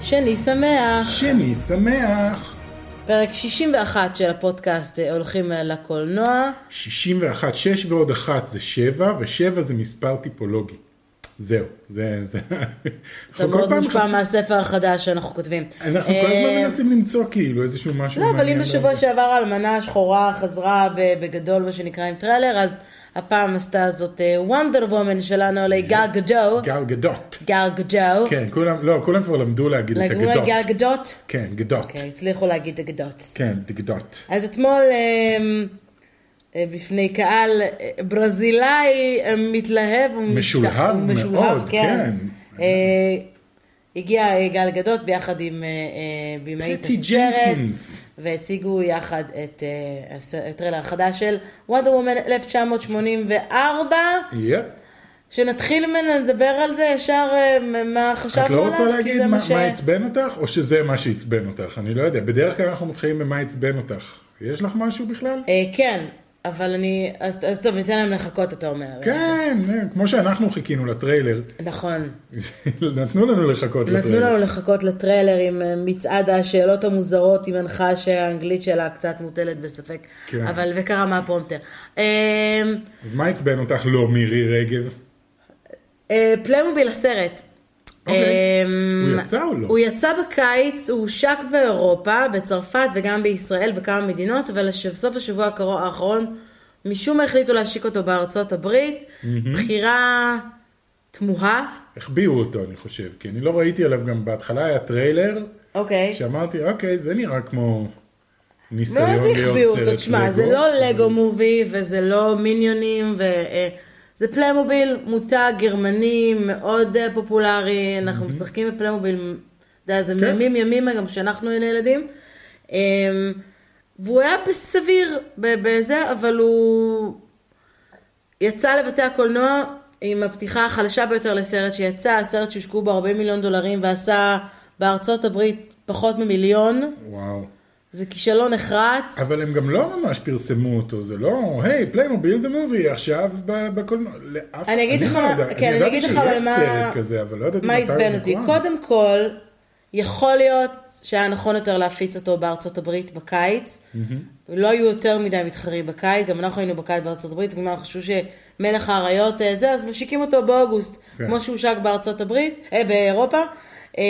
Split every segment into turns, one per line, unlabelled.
שני שמח,
שני שמח.
פרק 61 של הפודקאסט אה, הולכים אה, לקולנוע.
61, 6 ועוד 1 זה 7, ו-7 זה מספר טיפולוגי. זהו, זה... זה...
אתה
אנחנו כל
מאוד
פעם
מושפע
מחפשים-
מהספר החדש שאנחנו כותבים.
אנחנו כל
אה,
הזמן מנסים למצוא כאילו איזשהו משהו
לא, אבל אם
מעניין
בשבוע
לעבוד.
שעבר האלמנה השחורה חזרה ב- בגדול, מה שנקרא, עם טריילר, אז הפעם עשתה זאת וונדר וומן שלנו, עלי גל גדו.
גל גדות.
גל גדו.
כן, כולם, לא, כולם כבר למדו להגיד את
לגמרי
הגדות.
גל גדות.
כן, גדות.
אוקיי, הצליחו להגיד את הגדות.
כן, גדות.
אז אתמול אמ, אה, בפני קהל אה, ברזילאי אה, מתלהב ומשת-
משולהב
ומשולהב,
מאוד, כן.
אה, הגיע אה, גל גדות ביחד עם אה, אה, במאית
פטי
הסרט,
ג'נקינס.
והציגו יחד את אה, הסרט- הטריילר החדש של Wonder Woman 1984.
יפ.
שנתחיל ממנו לדבר על זה ישר אה, מה חשבנו עליו,
את לא רוצה
כי
להגיד
זה
מה
ש-
מה עצבן אותך, או שזה מה שעצבן אותך? אני לא יודע. בדרך כלל אנחנו מתחילים במה עצבן אותך. יש לך משהו בכלל?
אה, כן, אבל אני, אז אז טוב, ניתן להם לחכות, אתה אומר.
כן, כמו שאנחנו חיכינו לטריילר,
נכון.
נתנו לנו לחכות
נתנו
לטריילר.
לנו לחכות לטריילר עם אה, מצעד השאלות המוזרות עם הנחה שהאנגלית שלה קצת מוטלת בספק,
כן.
אבל וקרה מה הפרומטר. אה,
אז מה עצבן אותך לא מירי רגב?
אה, פליימוביל הסרט.
אוקיי.
אה,
הוא יצא או לא?
הוא יצא בקיץ, הוא הושק באירופה, בצרפת וגם בישראל בכמה מדינות, אבל לש- בסוף השבוע הקרוב- האחרון משום מה החליטו להשיק אותו בארצות הברית. בחירה תמוהה.
החביאו אותו, אני חושב, כי אני לא ראיתי עליו גם בהתחלה היה טריילר,
אוקיי.
שאמרתי, אוקיי, זה נראה כמו ניסיון
מה
להיות
זה
סרט
החביאו אותו? תשמע, זה לא
אבל-
לגו מובי וזה לא מיניונים, ו... אה, זה פליימוביל, מותג גרמני מאוד אה, פופולרי, אנחנו משחקים בפליימוביל, אתה יודע, זה
כן.
ימים ימימה גם כשאנחנו היינו ילדים. אה, והוא היה בסביר ב- בזה, אבל הוא יצא לבתי הקולנוע עם הפתיחה החלשה ביותר לסרט שיצא, הסרט שהושקעו בו 40 מיליון דולרים ועשה בארצות הברית פחות ממיליון.
וואו.
זה כישלון נחרץ.
אבל הם גם לא ממש פרסמו אותו, זה לא, היי, פליימוביל דה מובי עכשיו ב- בקולנוע. לאף-
אני אגיד לך
לא
מה-
יודע,
כן, אני אגיד לך
אני
אבל
ידעתי שיש
מה-
סרט כזה, אבל לא ידעתי
מה
מתי הוא
עצבן אותי?
מוקרן.
קודם כל, יכול להיות שהיה נכון יותר להפיץ אותו בארצות הברית בקיץ. לא היו יותר מדי מתחרים בקיץ, גם אנחנו היינו בקיץ בארצות הברית, כלומר חשבו שמלך האריות אה, זה, אז משיקים אותו באוגוסט,
כן.
כמו שהושק בארצות הברית, אה, באירופה. אה,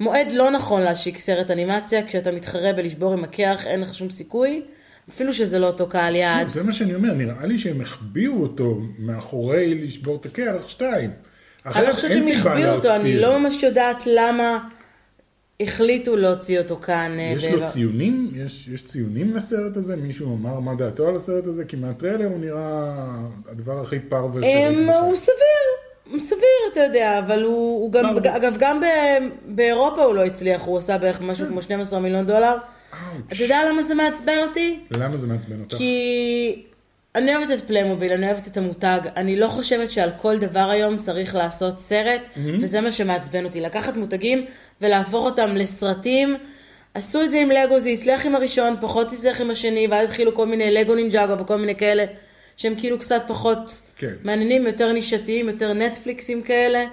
מועד לא נכון להשיק סרט אנימציה, כשאתה מתחרה בלשבור עם הקרח אין לך שום סיכוי, אפילו שזה לא אותו קהל יעד.
כן, זה מה שאני אומר, נראה לי שהם החביאו אותו מאחורי לשבור את הקרח שתיים.
אני לא
אחרת
חושבת
אין
שהם
סיבה
החביאו אותו,
להוציא
אני
את זה.
לא ממש יודעת למה החליטו להוציא אותו כאן. אה,
יש
ב-
לו ציונים? יש, יש ציונים לסרט הזה? מישהו אמר מה דעתו על הסרט הזה? כי מהטריילר הוא נראה הדבר הכי פרווה
אמ,
שראיתי
הוא סביר, הוא סביר, אתה יודע, אבל הוא הוא גם,
מה,
אגב, גם ב- באירופה הוא לא הצליח, הוא עשה בערך משהו
כן.
כמו 12 מיליון דולר. אתה יודע למה זה מעצבן אותי?
בחיים. למה זה מעצבן אותך?
כי אני אוהבת את פליימוביל, אני אוהבת את המותג, אני לא חושבת שעל כל דבר היום צריך לעשות סרט, וזה מה שמעצבן אותי, לקחת מותגים ולהפוך אותם לסרטים. עשו את זה עם לגו, זה הצליח עם הראשון, פחות הצליח עם השני, ואז התחילו כל מיני לגו נינג'אגו וכל מיני כאלה, שהם כאילו קצת פחות
כן.
מעניינים, יותר נישתיים, יותר נטפליקסים כאלה.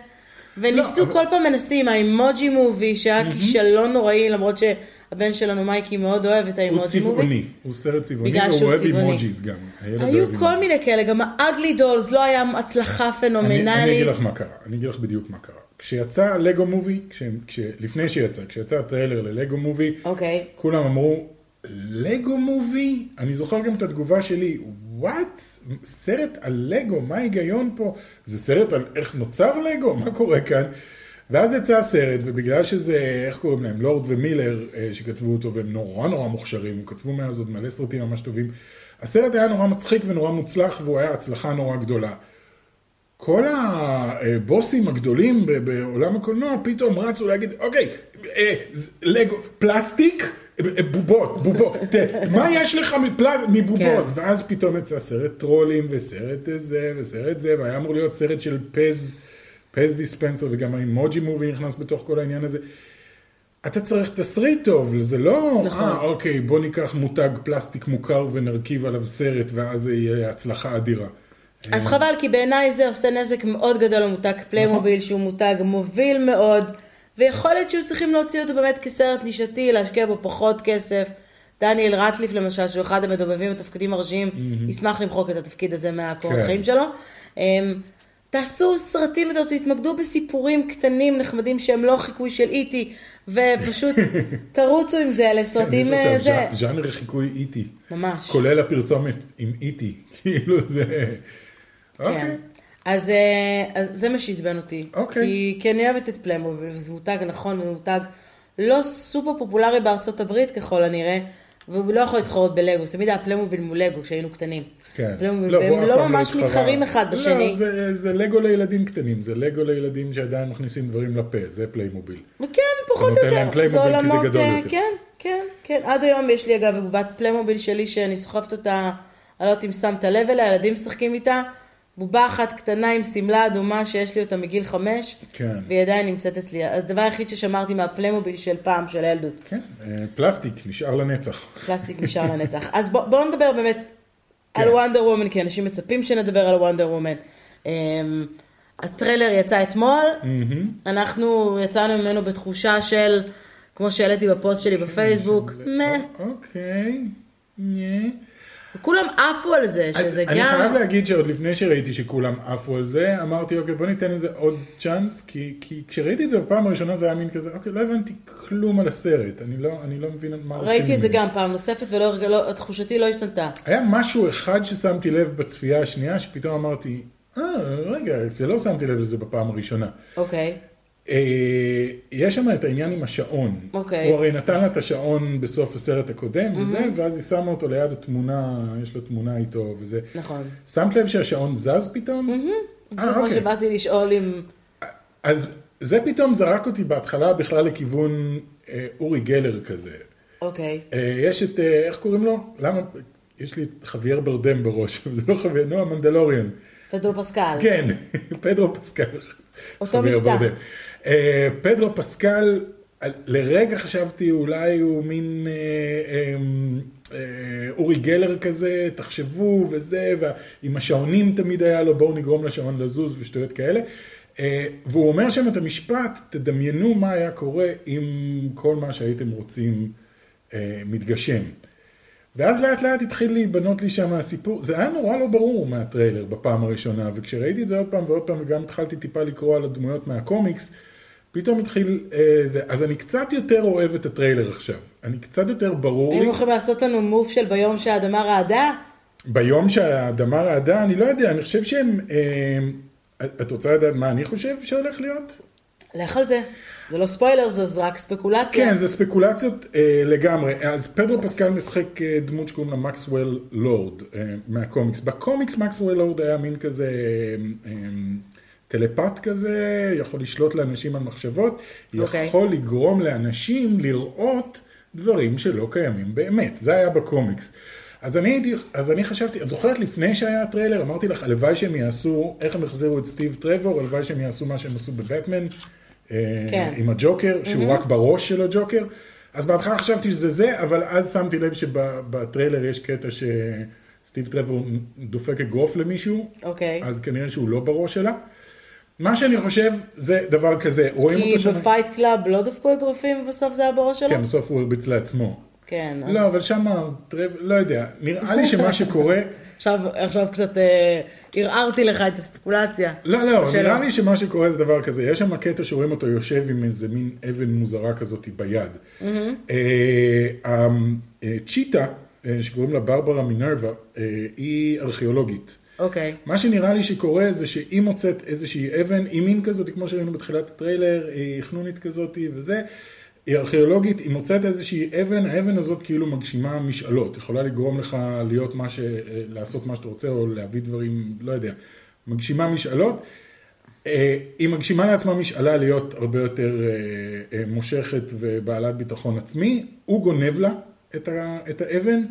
וניסו
לא,
כל
אבל-
פעם מנסים, האימוג'י מובי, שהיה כישלון נוראי, למרות שהבן שלנו מייקי מאוד אוהב את
הוא
האימוג'י מובי.
צבעוני, הוא סרט צבעוני,
בגלל
והוא
שהוא
אוהב
צבעוני.
אימוג'יז גם. הילד
היו
אוהב
כל
אימוג'יז.
מיני כאלה, גם האגלי דולס לא היה הצלחה פנומנלית.
אני, אני אגיד לך מה קרה, אני אגיד לך בדיוק מה קרה. כשיצא הלגו מובי, כש, כש, לפני שיצא, כשיצא הטריילר ללגו מובי,
אוקיי.
כולם אמרו, לגו מובי? אני זוכר גם את התגובה שלי, וואט? סרט על לגו, מה ההיגיון פה? זה סרט על איך נוצר לגו? מה קורה כאן? ואז יצא הסרט, ובגלל שזה, איך קוראים להם, לורד ומילר, אה, שכתבו אותו, והם נורא נורא מוכשרים, הם כתבו מאז עוד מלא סרטים ממש טובים, הסרט היה נורא מצחיק ונורא מוצלח, והוא היה הצלחה נורא גדולה. כל הבוסים הגדולים ב- בעולם הקולנוע פתאום רצו להגיד, אוקיי, אה, ז- לגו, פלסטיק, אה, אה, בובות, בובות, ת- מה יש לך מפל... מבובות?
כן.
ואז פתאום יצא סרט טרולים, וסרט זה, וסרט זה, והיה אמור להיות סרט של פז, פז דיספנסר, וגם האימוג'י מובי נכנס בתוך כל העניין הזה. אתה צריך תסריט טוב, זה לא, אה,
נכון.
אוקיי, בוא ניקח מותג פלסטיק מוכר ונרכיב עליו סרט, ואז זה יהיה הצלחה אדירה. כן.
אז
נכון.
חבל, כי בעיניי זה עושה נזק מאוד גדול למותג פליימוביל, שהוא מותג מוביל מאוד, ויכול להיות שהיו צריכים להוציא אותו באמת כסרט נישתי, להשקיע בו פחות כסף. דניאל רטליף למשל, שהוא אחד המדובבים בתפקידים הראשיים, ישמח למחוק את התפקיד הזה מהקורות
כן.
חיים שלו. אמ, תעשו סרטים יותר, תתמקדו בסיפורים קטנים נחמדים שהם לא חיקוי של איטי, ופשוט תרוצו עם זה לסרטים
יש
אה,
עכשיו
זה.
ז'- ז'אנר חיקוי איטי.
ממש.
כולל הפרסומת עם איטי. כאילו זה...
כן.
אוקיי.
אז, אה, אז זה מה שעצבן אותי.
אוקיי.
כי, כי אני אוהבת את פליימוביל, וזה מותג נכון, וזה מותג לא סופר פופולרי בארצות הברית ככל הנראה, והוא לא יכול להתחרות בלגו, זה תמיד היה פליימוביל מול לגו כשהיינו קטנים.
כן.
פליימוביל,
לא, והוא
והם
אף
לא
פעם
ממש
התחרה.
מתחרים אחד בשני.
לא, זה- זה לגו לילדים קטנים, זה לגו לילדים שעדיין מכניסים דברים לפה, זה פליימוביל.
כן, פחות או
נותן
יותר.
להם פליימוביל כי זה
עולמות,
גדול
אה,
יותר.
כן, כן, כן. עד היום יש לי אגב בובת פליימוביל שלי שאני סוחבת אותה, אני לא יודעת אם שמת לב אליה, ילדים משחקים איתה. בובה אחת קטנה עם שמלה אדומה שיש לי אותה מגיל חמש,
כן.
והיא עדיין נמצאת אצלי. הדבר היחיד ששמרתי מהפליימוביל של פעם, של הילדות.
כן, אה, פלסטיק, נשאר לנצח.
פלסטיק נשאר לנצח. אז בואו בוא נדבר באמת
כן.
על וונדר וומן, כי אנשים מצפים שנדבר על וונדר וומן. אמ, הטריילר יצא אתמול, אנחנו יצאנו ממנו בתחושה של, כמו שהעליתי בפוסט שלי בפייסבוק,
כן,
מה.
אוקיי. נה.
כולם עפו על זה,
כן. אז
שזה
אני חייב
גם...
להגיד שעוד לפני שראיתי שכולם עפו על זה, אמרתי, אוקיי, בוא ניתן לזה עוד צ'אנס, כי, כי כשראיתי את זה בפעם הראשונה זה היה מין כזה, אוקיי, לא הבנתי כלום על הסרט, אני לא, אני לא מבין על מה רוצים
ראיתי את זה
ממני."
גם פעם נוספת, ותחושתי לא השתנתה.
היה משהו אחד ששמתי לב בצפייה השנייה, שפתאום אמרתי, אה, רגע, לא שמתי לב לזה בפעם הראשונה.
אוקיי.
אה, יש שם את העניין עם השעון.
אוקיי.
הוא הרי נתן לה את השעון בסוף הסרט הקודם, וזה, ואז היא שמה אותו ליד התמונה, יש לו תמונה איתו וזה.
נכון.
שמת לב שהשעון זז פתאום?
זה
אה,
כמו
אוקיי.
שבאתי לשאול אם...
אז זה פתאום זרק אותי בהתחלה בכלל לכיוון אה, אורי גלר כזה.
אוקיי.
אה, יש את, אה, איך קוראים לו? למה? יש לי את חוויאר ברדם בראש, אבל זה לא חוויאר, נו, המנדלוריאן.
פדרו פסקל.
כן, פדרו פסקל.
אותו
חבר
מבטא.
בודד. אה, פדרו פסקל, על- לרגע חשבתי אולי הוא מין אה, אה, אה, אורי גלר כזה, תחשבו וזה, ועם השעונים תמיד היה לו, בואו נגרום לשעון לזוז ושטויות כאלה. אה, והוא אומר שם את המשפט, תדמיינו מה היה קורה אם כל מה שהייתם רוצים אה, מתגשם. ואז לאט לאט התחיל להיבנות לי שם הסיפור, זה היה נורא לא ברור מהטריילר בפעם הראשונה, וכשראיתי את זה עוד פעם ועוד פעם, וגם התחלתי טיפה לקרוא על הדמויות מהקומיקס, פתאום התחיל אה, זה, אז אני קצת יותר אוהב את הטריילר עכשיו, אני קצת יותר ברור לי,
היינו יכולים לעשות לנו מוף של ביום שהאדמה רעדה?
ביום שהאדמה רעדה, אני לא יודע, אני חושב שהם, אה, את- את רוצה לדעת מה אני חושב שהולך להיות?
לך על זה. זה לא ספוילר, זו זו רק ספקולציה.
כן, זה ספקולציות אה, לגמרי. אז פדרו פסקל משחק אה, דמות שקוראים לה מקסוול לורד אה, מהקומיקס. בקומיקס מקסוול לורד היה מין כזה אה, אה, טלפת כזה, יכול לשלוט לאנשים על מחשבות,
אוקיי.
יכול לגרום לאנשים לראות דברים שלא קיימים באמת. זה היה בקומיקס. אז אני, הייתי, אז אני חשבתי, את זוכרת לפני שהיה הטריילר, אמרתי לך, הלוואי שהם יעשו, איך הם החזירו את סטיב טרבור, הלוואי שהם יעשו מה שהם עשו בבטמן, אה,
כן.
עם הג'וקר, שהוא רק בראש של הג'וקר. אז בהתחלה חשבתי שזה זה, אבל אז שמתי לב שבטריילר יש קטע שסטיב טרבור דופק אגרוף למישהו,
אוקיי.
אז כנראה שהוא לא בראש שלה. מה שאני חושב זה דבר כזה, רואים
כי
אותו שם...
בפייט קלאב לא דפקו אגרופים ובסוף זה היה בראש שלו?
כן, בסוף הוא הרביץ לעצמו.
כן. לא? אז-
לא, אבל שם, טרב- לא יודע, נראה לי שמה שקורה...
עכשיו- עכשיו קצת אה, ערערתי לך את הספקולציה.
לא, לא,
שלא.
נראה לי שמה שקורה זה דבר כזה, יש שם קטע שרואים אותו יושב עם איזה מין אבן מוזרה כזאת ביד. אה, הצ'יטה, אה, שקוראים לה ברברה מינרווה, אה, היא ארכיאולוגית.
אוקיי.
מה שנראה לי שקורה זה שהיא מוצאת איזושהי אבן, היא מין כזאת, כמו שראינו בתחילת הטריילר, היא חנונית כזאת וזה, היא ארכיאולוגית, היא מוצאת איזושהי אבן, האבן הזאת כאילו מגשימה משאלות, יכולה לגרום לך להיות מה ש... לעשות מה שאתה רוצה או להביא דברים, לא יודע, מגשימה משאלות. אה, היא מגשימה לעצמה משאלה להיות הרבה יותר אה, אה, מושכת ובעלת ביטחון עצמי, הוא גונב לה את, ה, את האבן,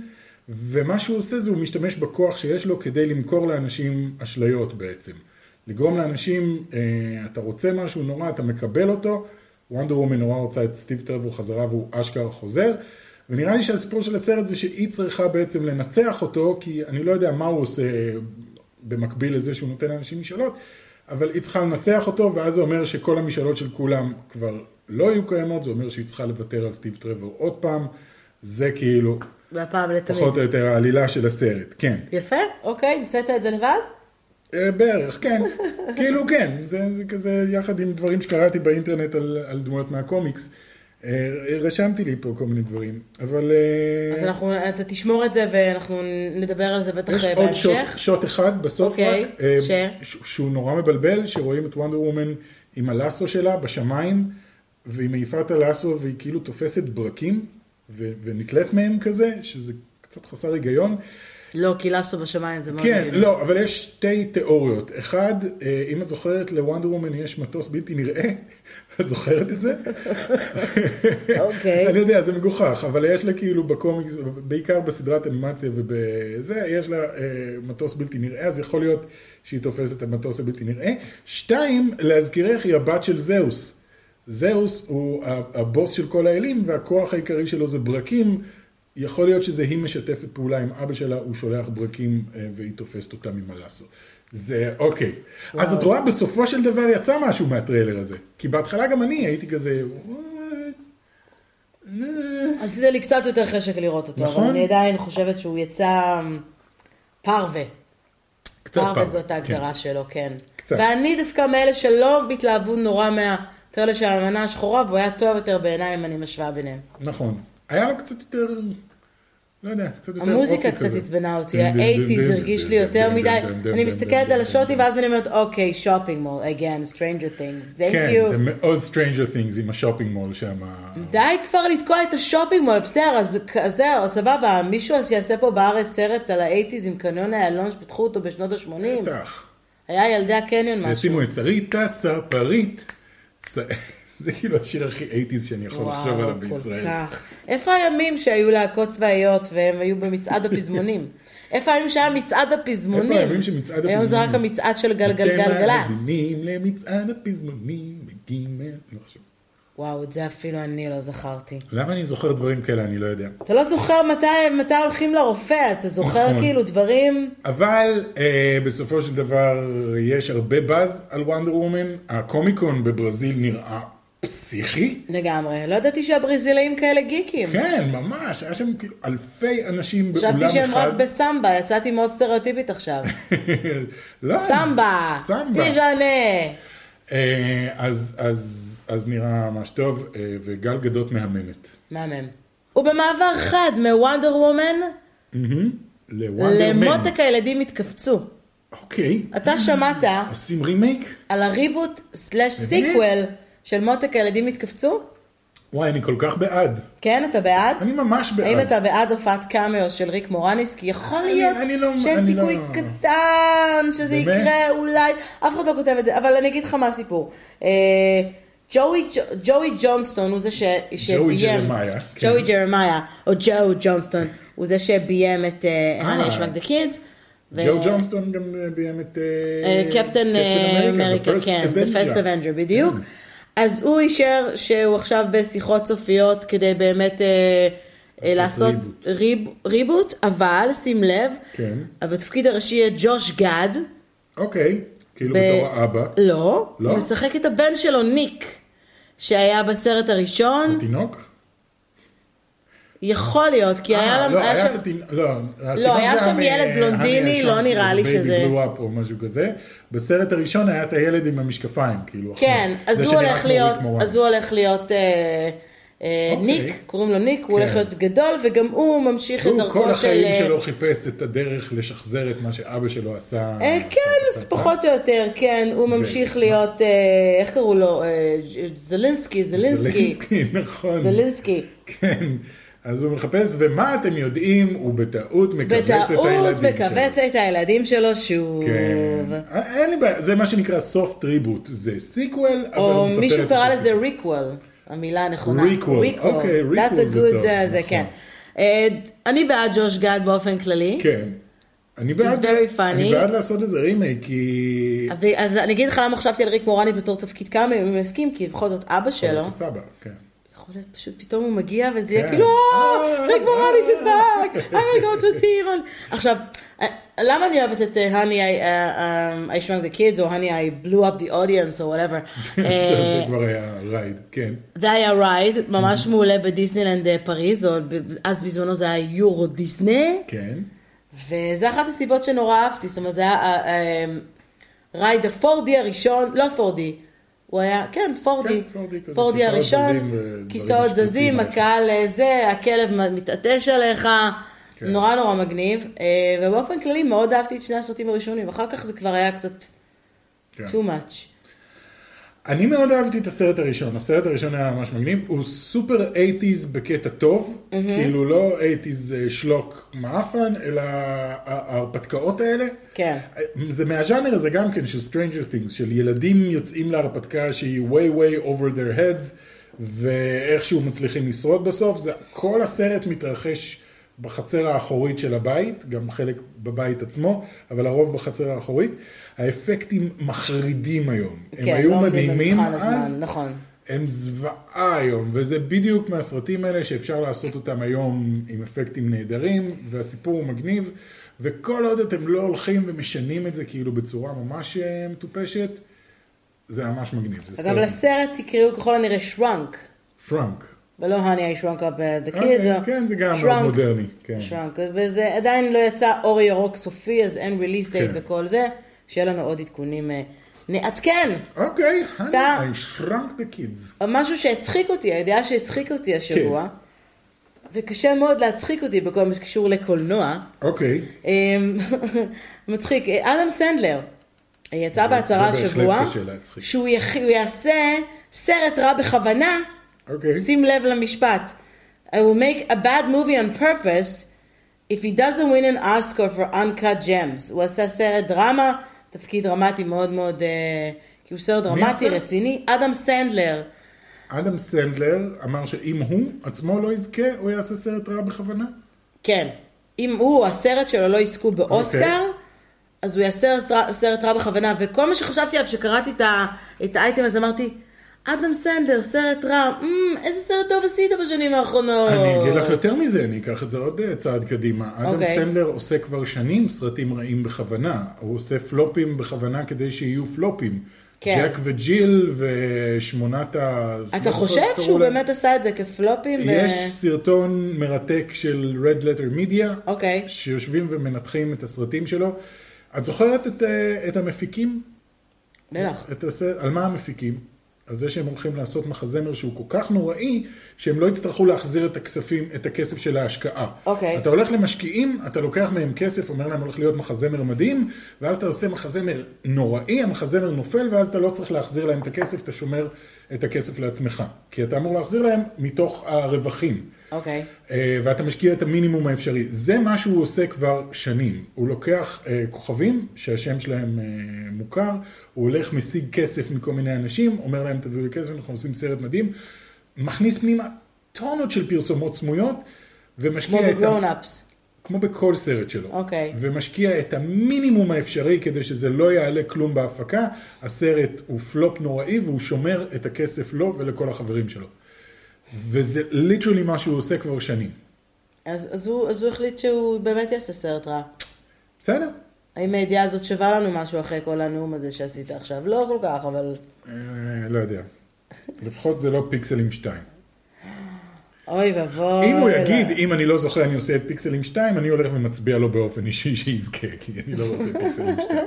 ומה שהוא עושה זה הוא משתמש בכוח שיש לו כדי למכור לאנשים אשליות בעצם. לגרום לאנשים, אה, אתה רוצה משהו נורא, אתה מקבל אותו, וונדר וומן נורא רוצה את סטיב טרבור חזרה והוא אשכרה חוזר, ונראה לי שהסיפור של הסרט זה שהיא צריכה בעצם לנצח אותו, כי אני לא יודע מה הוא עושה במקביל לזה שהוא נותן לאנשים משאלות, אבל היא צריכה לנצח אותו, ואז זה אומר שכל המשאלות של כולם כבר לא יהיו קיימות, זה אומר שהיא צריכה לוותר על סטיב טרוור עוד פעם, זה כאילו
והפעם לתמיד.
פחות או יותר העלילה של הסרט, כן.
יפה, אוקיי, המצאת את זה לבד?
אה, בערך, כן. כאילו כן, זה, זה כזה יחד עם דברים שקראתי באינטרנט על, על דמויות מהקומיקס. אה, רשמתי לי פה כל מיני דברים, אבל... אה,
אז אנחנו, אתה תשמור את זה ואנחנו נדבר על זה בטח
יש
אה,
עוד שוט,
בהמשך.
שוט אחד בסוף
אוקיי,
רק, אה,
ש?
ש... שהוא נורא מבלבל, שרואים את וונדר וומן עם הלאסו שלה בשמיים, והיא מעיפה את הלאסו והיא כאילו תופסת ברקים, ו... ונתלית מהם כזה, שזה קצת חסר היגיון.
לא, כי לאסו בשמיים זה מאוד...
כן,
מעניין.
לא, אבל יש שתי תיאוריות. אחד, אה, אם את זוכרת, לוונדר וומן יש מטוס בלתי נראה, את זוכרת את זה?
אוקיי.
אני יודע, זה מגוחך, אבל יש לה כאילו בקומיקס, בעיקר בסדרת אנימציה ובזה, יש לה אה, מטוס בלתי נראה, אז יכול להיות שהיא תופסת את המטוס הבלתי נראה. שתיים, להזכירך, היא הבת של זהוס. זהוס הוא ה- הבוס של כל האלים, והכוח העיקרי שלו זה ברקים. יכול להיות שזה היא משתפת פעולה עם אבא שלה, הוא שולח ברקים אה, והיא תופסת אותם עם הלאסו. זה אוקיי. וואו. אז את רואה, בסופו של דבר יצא משהו מהטריילר הזה. כי בהתחלה גם אני הייתי כזה... "What?"
עשית לי קצת יותר חשק לראות אותו,
נכון.
אבל אני עדיין חושבת שהוא יצא אמ, פרווה.
קצת
פרווה
פעם.
זאת ההגדרה שלו, כן.
קצת.
ואני דווקא מאלה שלא התלהבו נורא מהטרלר של האמנה השחורה, והוא היה טוב יותר בעיניי אם אני משווה ביניהם.
כן, נכון. היה לו קצת יותר... לא יודע, קצת יותר...
המוזיקה
אופי
קצת
כזה.
עצבנה אותי,
דם, דם, דם,
האייטיז הרגיש
דם,
לי
דם,
יותר
דם,
מדי.
דם, דם,
אני
דם,
מסתכלת
דם,
על
דם,
השוטים ואז אני אומרת, אוקיי, שופינג מול, again, Stranger Things, thank
כן, זה
you.
מאוד Stranger Things עם השופינג מול שם.
די כבר לתקוע את השופינג מול, בסדר, אז כזה, אז סבבה, מישהו אז יעשה פה בארץ סרט על האייטיז עם קניון איילון שפיתחו אותו בשנות ה-80.
בטח.
היה ילדי הקניון משהו.
ושימו את שריטה, ספרית. ס- זה כאילו השיר הכי 80's שאני יכול לחשוב עליו בישראל.
כל כך. איפה הימים שהיו להקות צבאיות והם היו במצעד הפזמונים? איפה הימים שהיה מצעד הפזמונים?
איפה הימים שמצעד הפזמונים?
היום זה רק המצעד של גלגלגלגלצ.
אתם מאזינים למצעד הפזמונים בגימל. לא חשוב.
וואו, את זה אפילו אני לא זכרתי.
למה אני זוכר דברים כאלה? אני לא יודע.
אתה לא זוכר מתי, מתי הולכים לרופא, אתה זוכר
נכון.
כאילו דברים...
אבל אה, בסופו של דבר יש הרבה באז על וונדר וומן. הקומיקון בברזיל נראה פסיכי.
לגמרי. לא ידעתי שהברזילאים כאלה גיקים.
כן, ממש. היה שם כאילו אלפי אנשים באולם אחד.
חשבתי שהם רק בסמבה, יצאתי מאוד סטריאוטיפית עכשיו.
לא,
סמבה!
סמבה.
תיז'נה!
אה, אז, אז, אז נראה ממש טוב, אה, וגל גדות מהממת.
מהמם. ובמעבר חד מוונדר וומן,
לוונדר מן.
למותק הילדים התקפצו.
אוקיי.
אתה שמעת
עושים רימייק?
על הריבוט סלאש סיקוול של מותק הילדים התקפצו?
וואי, אני כל כך בעד.
כן, אתה בעד?
אני ממש בעד.
האם אתה בעד הופעת קאמיו של ריק מורניס? כי יכול
אני-
להיות
אני לא-
שיש
אני
סיכוי
לא-
קטן שזה
באמת?
יקרה, אולי, אף אחד לא כותב את זה, אבל אני אגיד לך מה הסיפור. אה, ג'וי- ג'וי ג'ונסטון הוא זה ש- שביים,
ג'רמיה, כן.
ג'וי ג'רמיה, או ג'ו ג'ונסטון, הוא זה שביים את אה,
אה.
"הנה, יש רק דה קידס. ו-
ג'ו ג'ונסטון גם אה, ביים את... אה,
אה, קפטן אה, אמריקה,
The First
כן, The
Avenger. כן.
First Avenger, בדיוק. אז הוא אישר שהוא עכשיו בשיחות סופיות כדי באמת אה, אה,
לעשות
לעשות ריב- ריבוט, אבל שים לב,
כן.
בתפקיד הראשי יהיה ג'וש גד.
אוקיי, כאילו
ב-
בתור האבא.
לא,
לא?
הוא משחק את הבן שלו, ניק, שהיה בסרט הראשון.
התינוק?
יכול להיות, כי היה
אה,
להם...
לא,
היה
היה
שם-
את התינוק, אה, לא.
לא, היה שם ילד בלונדיני, לא נראה לי שזה-
בייבי בלו-אפ או משהו כזה. בסרט הראשון היה את הילד עם המשקפיים, כאילו.
כן,
אחרי-
אז
זה
הוא
שנראה
הולך
כמו
להיות,
ריק מורן.
אז הוא הולך להיות אה, אה,
אוקיי.
ניק, קוראים לו ניק, הוא
כן.
הולך להיות גדול, וגם הוא ממשיך את
הוא כל
דרכו של...
החיים
אה,
שלו חיפש את הדרך לשחזר את מה שאבא שלו עשה.
אה, כן, אז פחות או יותר, כן, הוא ממשיך להיות, אה, איך קראו לו? אה, זלינסקי, זלינסקי,
זלינסקי, נכון.
זלינסקי.
כן. אז הוא מחפש, ומה אתם יודעים? הוא בטעות מכווץ את הילדים שלו.
בטעות מכווץ את הילדים שלו שוב.
כן. אה, אין לי בעיה, זה מה שנקרא soft tribute. זה סיקוול, אבל הוא
או
מספר
מישהו
את
קרא
אותו
לזה ריקוול, המילה הנכונה.
ריקוול,
ריקוול.
אוקיי, ריקוול
That's a
זה
good,
טוב,
אה, זה
נכון.
כן. אה, אני בעד ג'וש גד באופן כללי.
כן. אני בעד,
very funny.
אני בעד לעשות איזה רימייק, כי...
אבל- אז אני אגיד לך למה חשבתי על ריק מורני בתור תפקיד קאמי, אם הוא יסכים, כי בכל זאת אבא שלו,
אתה סבא, כן.
יכול להיות פשוט פתאום הוא מגיע וזה יהיה
כן.
כאילו, "אה,
אה,
ריק מורני
אה.
is back, I'm gonna go to see him. עכשיו, אה, למה אני אוהבת את אה, honey I, uh, um, I shrunk the kids, או honey I blew up the audience, או whatever.
זה Mm-hmm.
אה,
כבר היה רייד, כן.
זה היה רייד, ממש מעולה בדיסנילנד אה, פריז, או ב- אז בזמנו זה היה יורו דיסני,
כן.
וזה אחת הסיבות שנורא אהבתי, זאת אומרת זה היה אה, אה, רייד ה-4D הראשון, לא 4D, הוא היה, כן, 4D,
כן, 4D
4D
כזה, כיסאות זזים
הראשון,
ודברים
כיסאות
משפטיים,
זזים,
משהו.
הקהל אה, זה, הכלב מ- מתעטש עליך,
כן.
נורא נורא מגניב, אה, ובאופן כללי מאוד אהבתי את שני הסרטים הראשונים, אחר כך זה כבר היה קצת
כן.
too much.
אני מאוד אהבתי את הסרט הראשון, הסרט הראשון היה ממש מגניב, הוא סופר 80's בקטע טוב, כאילו לא 80's אה, שלוק מעפן, אלא ה- ההרפתקאות האלה.
כן.
זה מהז'אנר הזה גם כן של Stranger Things, של ילדים יוצאים להרפתקה שהיא way way over their heads, ואיכשהו מצליחים לשרוד בסוף, זה, כל הסרט מתרחש בחצר האחורית של הבית, גם חלק בבית עצמו, אבל הרוב בחצר האחורית. האפקטים מחרידים היום. הם
כן, לא
היו
עומדים
מדהימים
במבחן הזמן,
אז,
נכון.
הם זוועה היום, וזה בדיוק מהסרטים האלה שאפשר לעשות אותם היום עם אפקטים נהדרים, והסיפור הוא מגניב, וכל עוד אתם לא הולכים ומשנים את זה כאילו בצורה ממש אה, מטופשת, זה ממש מגניב. זה
אגב, לסרט יקראו ככל הנראה shrunk,
שרונק.
ולא honey I shrunk up uh, the
אוקיי,
kids. או-
כן, זה גם
shrunk,
מאוד מודרני. כן.
shrunk, וזה עדיין לא יצא אור ירוק סופי, אז אין release date
כן.
וכל זה. שיהיה לנו עוד עדכונים. אה, נעדכן!
אוקיי,
אתה-
honey, I shrunk the kids.
משהו שהצחיק אותי, הידיעה שהצחיק אותי השבוע,
כן.
וקשה מאוד להצחיק אותי בכל מה שקשור לקולנוע.
אוקיי.
אמ, מצחיק, אה, אדם סנדלר אה, יצא בהצהרה
זה בהחלט
השבוע,
קשה להצחיק.
שהוא יח- הוא יעשה סרט רע בכוונה,
אוקיי.
שים לב למשפט, I will make a bad movie on purpose if he doesn't win an Oscar for uncut gems. הוא עשה סרט דרמה, תפקיד דרמטי מאוד מאוד, אה, כי הוא סרט דרמטי
עשה?
רציני, אדם סנדלר.
אדם סנדלר אמר שאם הוא עצמו לא יזכה, הוא יעשה סרט רע בכוונה.
כן. אם הוא, הסרט שלו לא יזכו באוסקר,
אוקיי.
אז הוא יעשה סר- סרט רע בכוונה. וכל מה שחשבתי עליו, כשקראתי את ה- את האייטם הזה, אמרתי, אדם סנדלר, סרט רע, אמ, איזה סרט טוב עשית בשנים האחרונות.
אני אגיד לך יותר מזה, אני אקח את זה עוד אה, צעד קדימה. אדם
אוקיי.
סנדלר עושה כבר שנים סרטים רעים בכוונה. הוא עושה פלופים בכוונה כדי שיהיו פלופים.
כן.
ג'ק וג'יל ושמונת ה...
אתה חושב
קראו
שהוא
להם?
באמת אה, עשה את זה כפלופים? ו-
יש סרטון מרתק של Red Letter Media,
אוקיי.
שיושבים ומנתחים את הסרטים שלו. את זוכרת את, אה, את המפיקים?
בטח.
את הסרט, על מה המפיקים? על זה שהם הולכים לעשות מחזמר שהוא כל כך נוראי, שהם לא יצטרכו להחזיר את הכספים, את הכסף של ההשקעה.
אוקיי.
אתה הולך למשקיעים, אתה לוקח מהם כסף, אומר להם הולך להיות מחזמר מדהים, ואז אתה עושה מחזמר נוראי, המחזמר נופל, ואז אתה לא צריך להחזיר להם את הכסף, אתה שומר את הכסף לעצמך. כי אתה אמור להחזיר להם מתוך הרווחים.
אוקיי.
אה, ואתה משקיע את המינימום האפשרי. זה מה שהוא עושה כבר שנים. הוא לוקח אה, כוכבים שהשם שלהם אה, מוכר, הוא הולך משיג כסף מכל מיני אנשים, אומר להם תביאו לי כסף, אנחנו עושים סרט מדהים, מכניס פנימה טונות של פרסומות סמויות,
כמו
ומשקיע את, ה-
בגרונאפס.
כמו בכל סרט שלו.
אוקיי.
ומשקיע את המינימום האפשרי כדי שזה לא יעלה כלום בהפקה. הסרט הוא פלופ נוראי והוא שומר את הכסף לו ולכל החברים שלו. וזה ליטרלי מה שהוא עושה כבר שנים.
אז אז הוא אז הוא החליט שהוא באמת יעשה סרט רע.
בסדר.
האם הידיעה הזאת שווה לנו משהו אחרי כל הנאום הזה שעשית עכשיו? לא כל כך, אבל...
אה, לא יודע. לפחות זה לא פיקסלים 2.
אוי ואבוי.
אם הוא יגיד, אם אני לא זוכר, אני עושה את פיקסלים 2, אני הולך ומצביע לו באופן אישי שיזכה, כי אני לא רוצה פיקסלים 2.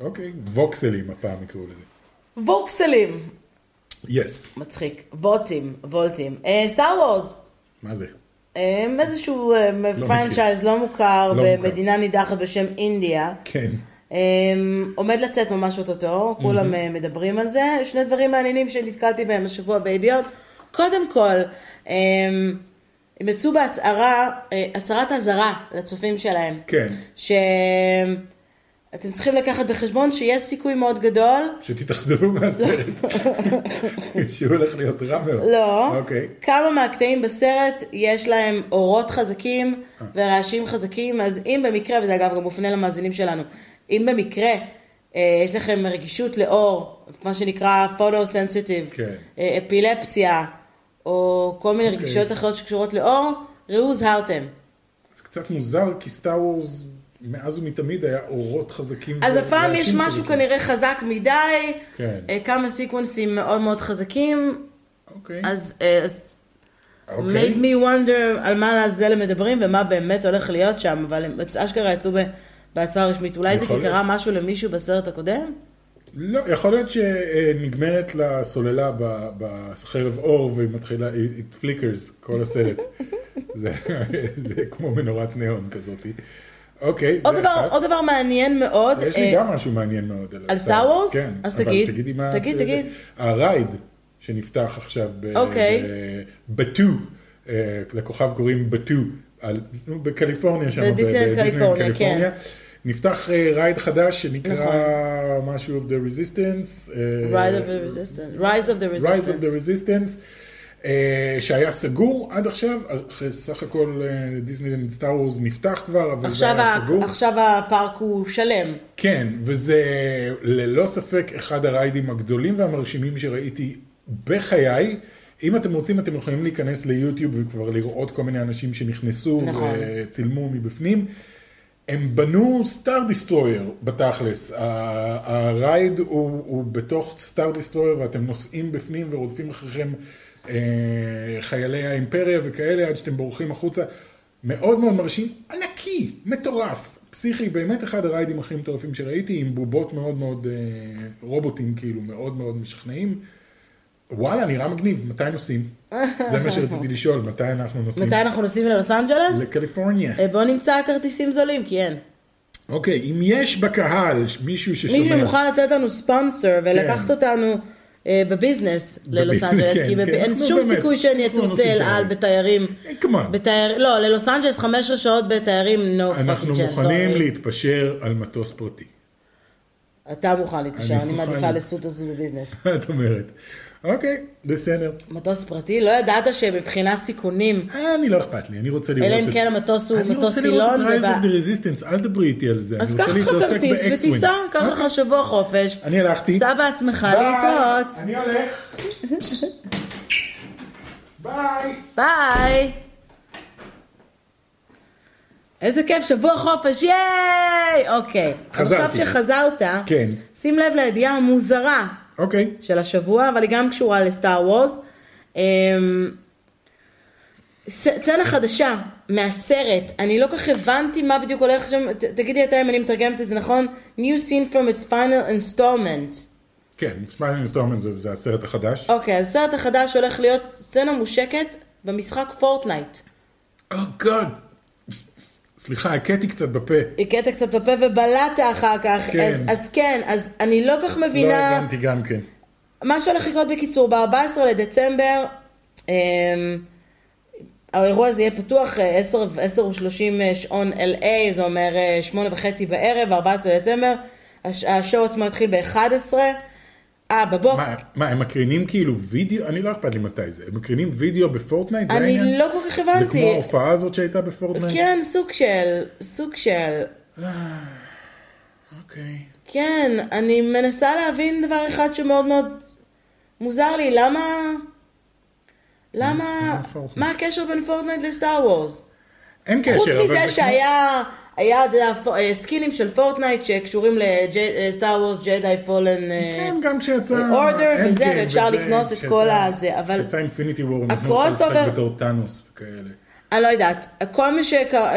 אוקיי, ווקסלים הפעם יקראו לזה.
ווקסלים!
יס,
מצחיק. וולטים, וולטים. אה, סטאר וורס,
מה זה?
איזשהו אה, פרנצ'ייז לא מוכר
לא מוכר.
במדינה נידחת בשם אינדיה.
כן.
אמ, עומד לצאת ממש אוטוטו, כולם אה, מדברים על זה. שני דברים מעניינים שנתקלתי בהם השבוע בידיעות. קודם כל, אמ, הם יצאו בהצהרה, אה, הצהרת אזהרה לצופים שלהם.
כן.
שאתם צריכים לקחת בחשבון שיש סיכוי מאוד גדול
שתתאכזבו מהסרט. שהוא הולך להיות רע מאוד.
לא.
אוקיי.
כמה מהקטעים בסרט יש להם אורות חזקים
אה.
ורעשים חזקים, אז אם במקרה, וזה אגב גם מופנה למאזינים שלנו, אם במקרה אה, יש לכם רגישות לאור, מה שנקרא פוטו-סנסיטיב,
כן. אוקיי.
אפילפסיה, או כל מיני רגישויות אחרות שקשורות לאור, ראו הוזהרתם.
זה קצת מוזר, כי סטאר וורס מאז ומתמיד היה אורות חזקים.
אז
ו-
הפעם יש
ואנשים
משהו
חזקים.
כנראה חזק מדי,
כן.
אה, כמה סיקוונסים מאוד מאוד חזקים,
אוקיי.
אז אה, אז
אוקיי.
made me wonder על מה לעזאזל הם מדברים ומה באמת הולך להיות שם, אבל הם אשכרה יצאו ב- בהצהרה רשמית. אולי זה כי
יכול להיות.
קרה משהו למישהו בסרט הקודם?
לא, יכול להיות שנגמרת לה סוללה ב- בחרב אור והיא מתחילה, it flickers כל הסרט. זה, זה כמו מנורת נאון כזאתי. אוקיי,
עוד
זה
דבר,
אחת.
עוד דבר מעניין מאוד,
יש
אה,
לי גם משהו מעניין מאוד על
על
הסטאר
Star
וורס,
Wars?
כן.
אז
אבל
תגיד.
תגידי מה...
תגיד,
זה-
תגיד.
הרייד אה, שנפתח עכשיו ב...
אוקיי.
ב- בטו, אה, לכוכב קוראים בטו, על- נו, בקליפורניה שם, ב-
בדיסנילנד
בדיסנילנד
קליפורניה, כן.
נפתח אה, רייד חדש שנקרא
נכון.
משהו of the resistance. אה,
Rise of the Resistance, Rise of the
Rise of the
Resistance,
Resistance, אה, שהיה סגור עד עכשיו, אז אחרי- סך הכל אה, דיסנילנד סטאר וורס נפתח כבר, אבל זה
עכשיו
היה
ה-
סגור.
עכשיו הפארק הוא שלם.
כן, וזה ללא ספק אחד הריידים הגדולים והמרשימים שראיתי בחיי. אם אתם רוצים, אתם יכולים להיכנס ליוטיוב וכבר לראות כל מיני אנשים שנכנסו
נכון.
וצילמו מבפנים. הם בנו סטאר דיסטרויר בתכלס, ה- הרייד הוא, הוא בתוך סטאר דיסטרויר ואתם נוסעים בפנים ורודפים אחריכם אה, חיילי האימפריה וכאלה עד שאתם בורחים החוצה, מאוד מאוד מרשים, ענקי, מטורף, פסיכי, באמת אחד הריידים הכי מטורפים שראיתי, עם בובות מאוד מאוד, אה, רובוטים כאילו מאוד מאוד משכנעים, וואלה נראה מגניב, מתי נוסעים? זה מה שרציתי לשאול, מתי אנחנו נוסעים?
מתי אנחנו נוסעים ללוס אנג'לס?
כן. לקליפורניה.
אה, בואו נמצא כרטיסים זולים, כי אין.
אוקיי, אם יש בקהל מישהו ששומע...
מישהו שמוכן לתת לנו ספונסר ולקחת
כן.
אותנו אה, בביזנס ללוס
בב-
אנג'לס,
כן,
כי בב-
כן,
אין
אנחנו
שום
באמת,
סיכוי שאני
אנחנו
אטוס
נוסעים
לאל על
תיירים.
בתיירים.
כמובן,
בתייר- לא, ללוס אנג'לס 15 שעות בתיירים, no
אנחנו
fucking chance.
מוכנים
sorry.
להתפשר על מטוס פרטי.
אתה מוכן להתקשר,
אני
אני
מוכן.
מעדיפה לסות הזו בביזנס.
מה את אומרת? אוקיי, בסדר.
מטוס פרטי? לא ידעת שמבחינת סיכונים,
אה, אני לא אכפת לי, אני רוצה לראות
אלא אם כן המטוס הוא מטוס סילון,
אני רוצה
זה
לראות
בא-
את Rise of the Resistance, אל תדברי איתי על זה.
אז
אני
קח
רוצה
לך
להתעסק
כרטיס
ב-X-Wing.
וטיסע, קח
אוקיי,
לך שבוע חופש.
אני הלכתי.
סע בעצמך
ביי,
להתראות.
אני הולך. ביי.
ביי. איזה כיף, שבוע חופש, ייי! אוקיי.
חזרתי.
עכשיו שחזרת,
כן.
שים לב לידיעה המוזרה
אוקיי.
של השבוע, אבל היא גם קשורה לסטאר וורס. אמ, ס- צצנה חדשה מהסרט, אני לא כך הבנתי מה בדיוק הולך שם, ת- תגידי אתה אם אני מתרגמת את זה נכון? New scene from its final installment.
כן, סמיילינג סטורמן זה זה הסרט החדש.
אוקיי, אז הסרט החדש הולך להיות סצנה מושקת במשחק פורטנייט.
או
Oh,
גאד. סליחה, הכיתי קצת בפה.
הכית קצת בפה ובלעת אחר כך.
כן.
אז, אז כן, אז אני לא כך
לא
מבינה.
הבנתי גם כן.
מה שהולך לקרות בקיצור, ב-14 לדצמבר, אמ, האירוע הזה יהיה פתוח אה, 10 ו-30 אה, שעון LA, זה אומר אה, שמונה וחצי בערב, 14 לדצמבר. הש- השואו עצמו יתחיל ב-11. אה, בבוקר.
מה, מה, הם מקרינים כאילו וידאו? אני לא אכפת לי מתי זה. הם מקרינים וידאו בפורטנייט? זה
אני
העניין?
לא כל כך הבנתי.
זה כמו ההופעה הזאת שהייתה בפורטנייט?
כן, סוג של, סוג של.
אוקיי.
כן, אני מנסה להבין דבר אחד שמאוד מאוד מוזר לי, למה... למה...
למה פורטנייט?
מה הקשר בין פורטנייט לסטאר וורס?
אין קשר,
חוץ
כן, אבל זה
מזה
כמו-
שהיה... היה אתה יודע, פו- אה, סקינים של פורטנייט שקשורים לסטאר וורס, ג'די פולן...
כן, גם כשיצא...
אה, Order
Endgame
וזה, ואפשר לקנות את כל
כשיצא-
הזה, אבל-
כשיצא אינפיניטי וור, הם נתנו
הקרוס
לך לשחק
אובר-
בתור טאנוס וכאלה.
אני לא יודעת, כל מה, שקרא,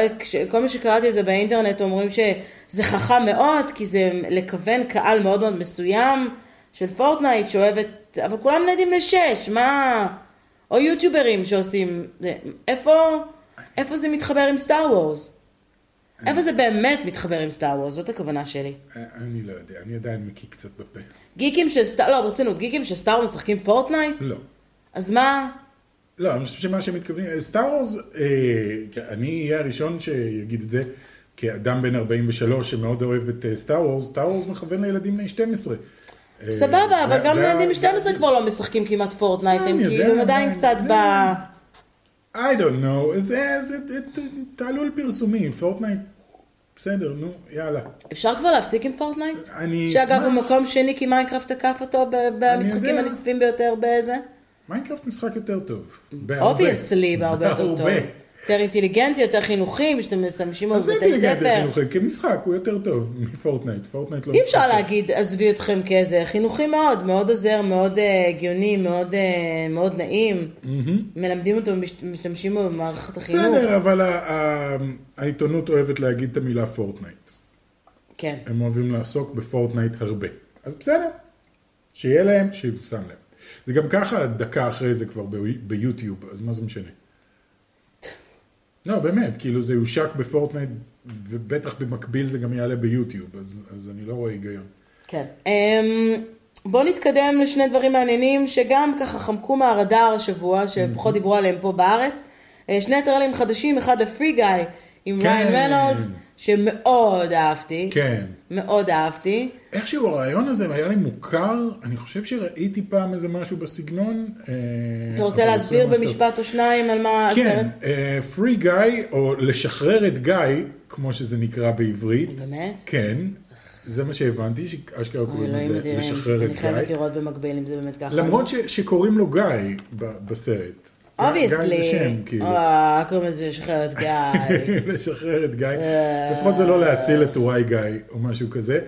כל מה שקראתי על זה באינטרנט אומרים שזה חכם מאוד, כי זה לכוון קהל מאוד מאוד מסוים של פורטנייט שאוהבת, אבל כולם ילדים לשש, מה... או יוטיוברים שעושים, זה, איפה, איפה זה מתחבר עם סטאר וורס? איפה זה באמת מתחבר עם סטאר וורס? זאת הכוונה שלי.
אה, אני לא יודע, אני עדיין מקיא קצת בפה.
גיקים של סטאר, לא, ברצינות, גיקים של סטאר וורס משחקים פורטנייט?
לא.
אז מה?
לא, אני חושב שמה שמתכוונים, סטאר וורס, אה, כן, אני אהיה הראשון שיגיד את זה, כאדם בן 43 שמאוד אוהב את אה, סטאר וורס, סטאר וורס מכוון לילדים בני 12. אה,
סבבה, אבל
זה-
גם
זה-
ילדים
זה-
מ-12 כבר לא משחקים כמעט פורטנייט,
אה,
הם
אני
כאילו
יודע,
הם עדיין
אני
קצת ב...
יודע. I don't know, אה, זה זה- זה- תעלול פרסומי, פורטנייט, בסדר, נו, יאללה.
אפשר כבר להפסיק עם פורטנייט?
אני
שאגב,
אשמח.
הוא מקום שני כי מיינקראפט תקף אותו ב- במשחקים
יודע.
הנצפים ביותר באיזה?
מיינקראפט משחק יותר טוב.
Obviously, בהרבה יותר טוב. יותר אינטליגנטי, יותר חינוכי, שאתם משתמשים בו
אז לא
בבתי
אינטליגנטי
ספר.
חינוכי, כמשחק הוא יותר טוב מפורטנייט, פורטנייט לא
אי אפשר
משחק.
להגיד, עזבי אתכם כאיזה חינוכי מאוד, מאוד עוזר, מאוד אה, הגיוני, מאוד, אה, מאוד נעים. מלמדים אותו, מש- משתמשים בו במערכת החינוך.
בסדר, אבל ה- ה- העיתונות אוהבת להגיד את המילה פורטנייט.
כן.
הם אוהבים לעסוק בפורטנייט הרבה. אז בסדר, שיהיה להם, שיבשם להם. זה גם ככה דקה אחרי זה כבר ביו- ביוטיוב, אז מה זה משנה? לא, באמת, כאילו זה יושק בפורטנייט, ובטח במקביל זה גם יעלה ביוטיוב, אז, אז אני לא רואה היגיון.
כן. אמ, בואו נתקדם לשני דברים מעניינים שגם ככה חמקו מהרדאר השבוע, שפחות דיברו עליהם פה בארץ. אה, שני טרלים חדשים, אחד לפרי גיא עם
כן.
ריין רנולדס, שמאוד אהבתי.
כן.
מאוד אהבתי.
איכשהו הרעיון הזה היה לי מוכר, אני חושב שראיתי פעם איזה משהו בסגנון. אה,
אתה רוצה
אבל
להסביר
זה ממש טוב.
במשפט או שניים על מה הסרט?
כן, פרי גיא, או לשחרר את גיא, כמו שזה נקרא בעברית.
אה, באמת?
כן, זה מה שהבנתי, שאשכרה קוראים
אלוהים
לזה
אדירים.
כאילו, לשחרר את
לא אני חייבת
גיא.
לראות במקביל אם זה באמת ככה.
למרות ש- שקוראים לו גיא ב- בסרט. גיא זה
אובייסלי.
שם, כאילו.
אה, קוראים לזה לשחרר את גיא.
לשחרר את גיא.
אה.
לפחות זה לא להציל את טוראי גיא, או משהו כזה.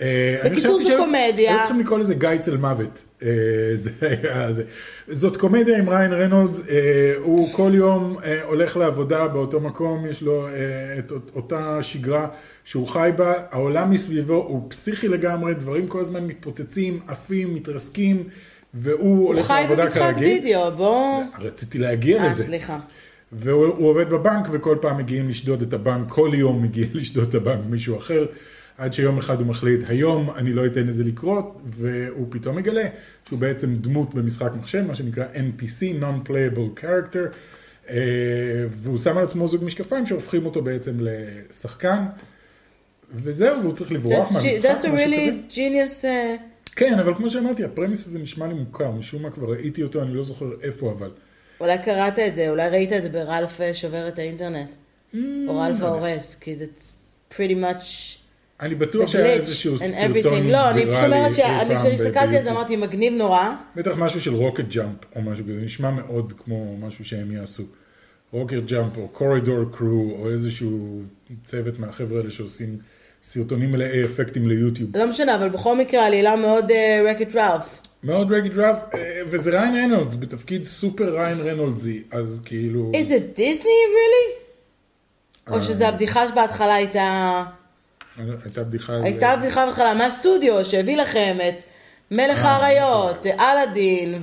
אה, אני
בקיצור,
חשבתי
זו
שהיו-
קומדיה.
היו צריכים לקרוא לזה גיא אצל מוות. אה, זה היה זה. זאת קומדיה עם ריין רנולדס, אה, הוא כל יום אה, הולך לעבודה באותו מקום, יש לו אה, את אות- אותה שגרה שהוא חי בה, העולם מסביבו הוא פסיכי לגמרי, דברים כל הזמן מתפוצצים, עפים, מתרסקים, והוא
הוא
הולך
חי
לעבודה
במשחק
כרגיל.
וידאו, בואו...
רציתי להגיע
אה,
לזה.
סליחה.
והוא הוא עובד בבנק, וכל פעם מגיעים לשדוד את הבנק, כל יום מגיע לשדוד את הבנק מישהו אחר, עד שיום אחד הוא מחליט, היום אני לא אתן לזה לקרות, והוא פתאום מגלה שהוא בעצם דמות במשחק מחשב, מה שנקרא NPC, Non-Playable Character, אה, והוא שם על עצמו זוג משקפיים שהופכים אותו בעצם לשחקן, וזהו, והוא צריך לברוח
That's,
מהמשחק,
ge- that's a
משהו כזה.
really genius... אה,
כן, אבל כמו שאמרתי, הפרמיס הזה נשמע לי מוכר, משום מה כבר ראיתי אותו, אני לא זוכר איפה אבל.
אולי קראת את זה, אולי ראית את זה ברלף אה, שובר את האינטרנט.
Mm.
או רלף ההורס, כי זה צ- pretty much...
אני
the
בטוח שהיה
glitch
איזשהו
and everything.
סרטון
לא, אני פשוט אומרת
אי פעם
שאני הסתכלתי על
ביוטיוב.
זה, אמרתי, מגניב נורא.
בטח משהו של רוקט ג'אמפ או משהו כזה, נשמע מאוד כמו משהו שהם יעשו. רוקט ג'אמפ או קורידור קרו או איזשהו צוות מהחבר'ה האלה שעושים סרטונים מלאי אפקטים ליוטיוב.
לא משנה, אבל בכל מקרה, עלילה מאוד אה, רקט ראלף.
מאוד רקט ג'אמפ, וזה ריין רנולדס, בתפקיד סופר ריין רנולדסי, אז כאילו...
Is it דיסני, really?
אה.
או שזו הבדיחה שבהתחלה הייתה...
לא- הייתה בדיחה על...
הייתה בדיחה בהתחלה מהסטודיו שהביא לכם את מלך
אה,
האריות, אלאדין,